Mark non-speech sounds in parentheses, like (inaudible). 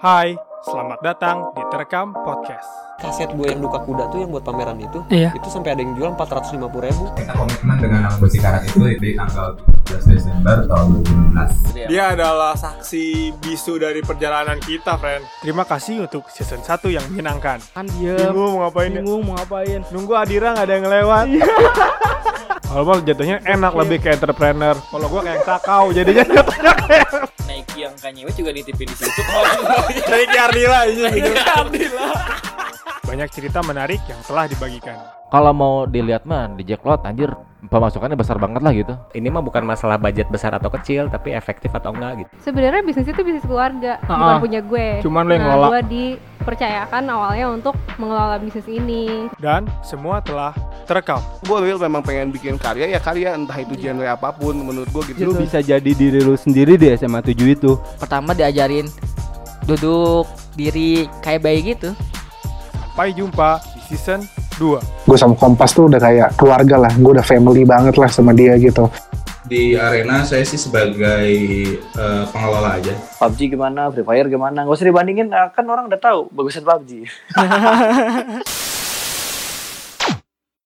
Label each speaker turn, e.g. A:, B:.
A: Hai, selamat datang di Terekam Podcast.
B: kaset gue yang duka kuda tuh yang buat pameran itu
C: Iya.
B: itu sampai ada yang jual 450 ribu
D: kita komitmen dengan anak musik karat itu di tanggal 17 Desember tahun 2017.
E: Iya.
F: Dia adalah saksi bisu dari perjalanan kita, friend.
A: Terima kasih untuk season 1 yang menyenangkan.
C: kan dia
A: Bingung mau ngapain?
C: bingung mau ngapain
A: Nunggu Adira nggak ada yang lewat.
E: Iya.
A: (laughs) Kalau mah jatuhnya enak lebih ke entrepreneur. Kalau gua kayak sakau
E: (laughs)
A: jadinya jatuhnya kayak
E: Nike yang Kanye West juga nitipin di situ.
F: (laughs) Dari Kiardila ini.
A: banyak cerita menarik yang telah dibagikan.
G: kalau mau dilihat mah di Jacklot anjir pemasukannya besar banget lah gitu.
H: ini mah bukan masalah budget besar atau kecil tapi efektif atau enggak gitu
I: sebenarnya bisnis itu bisnis keluarga bukan
C: Ah-ah.
I: punya gue
A: Ah, Cuman lo yang
I: nah,
A: ngelola.
I: gue dipercayakan awalnya untuk mengelola bisnis ini
A: Dan semua telah terekam.
J: gue real memang pengen bikin karya ya karya entah itu genre apapun menurut gue gitu
D: Lu bisa jadi diri lu sendiri di SMA 7 itu.
C: pertama diajarin duduk diri kayak bayi gitu
A: Sampai jumpa di season 2.
K: gue sama Kompas tuh udah kayak keluarga lah, gue udah family banget lah sama dia gitu.
D: Di arena saya sih sebagai eh, pengelola aja.
E: PUBG gimana, Free Fire gimana, nggak usah dibandingin, kan orang udah tahu bagusan PUBG.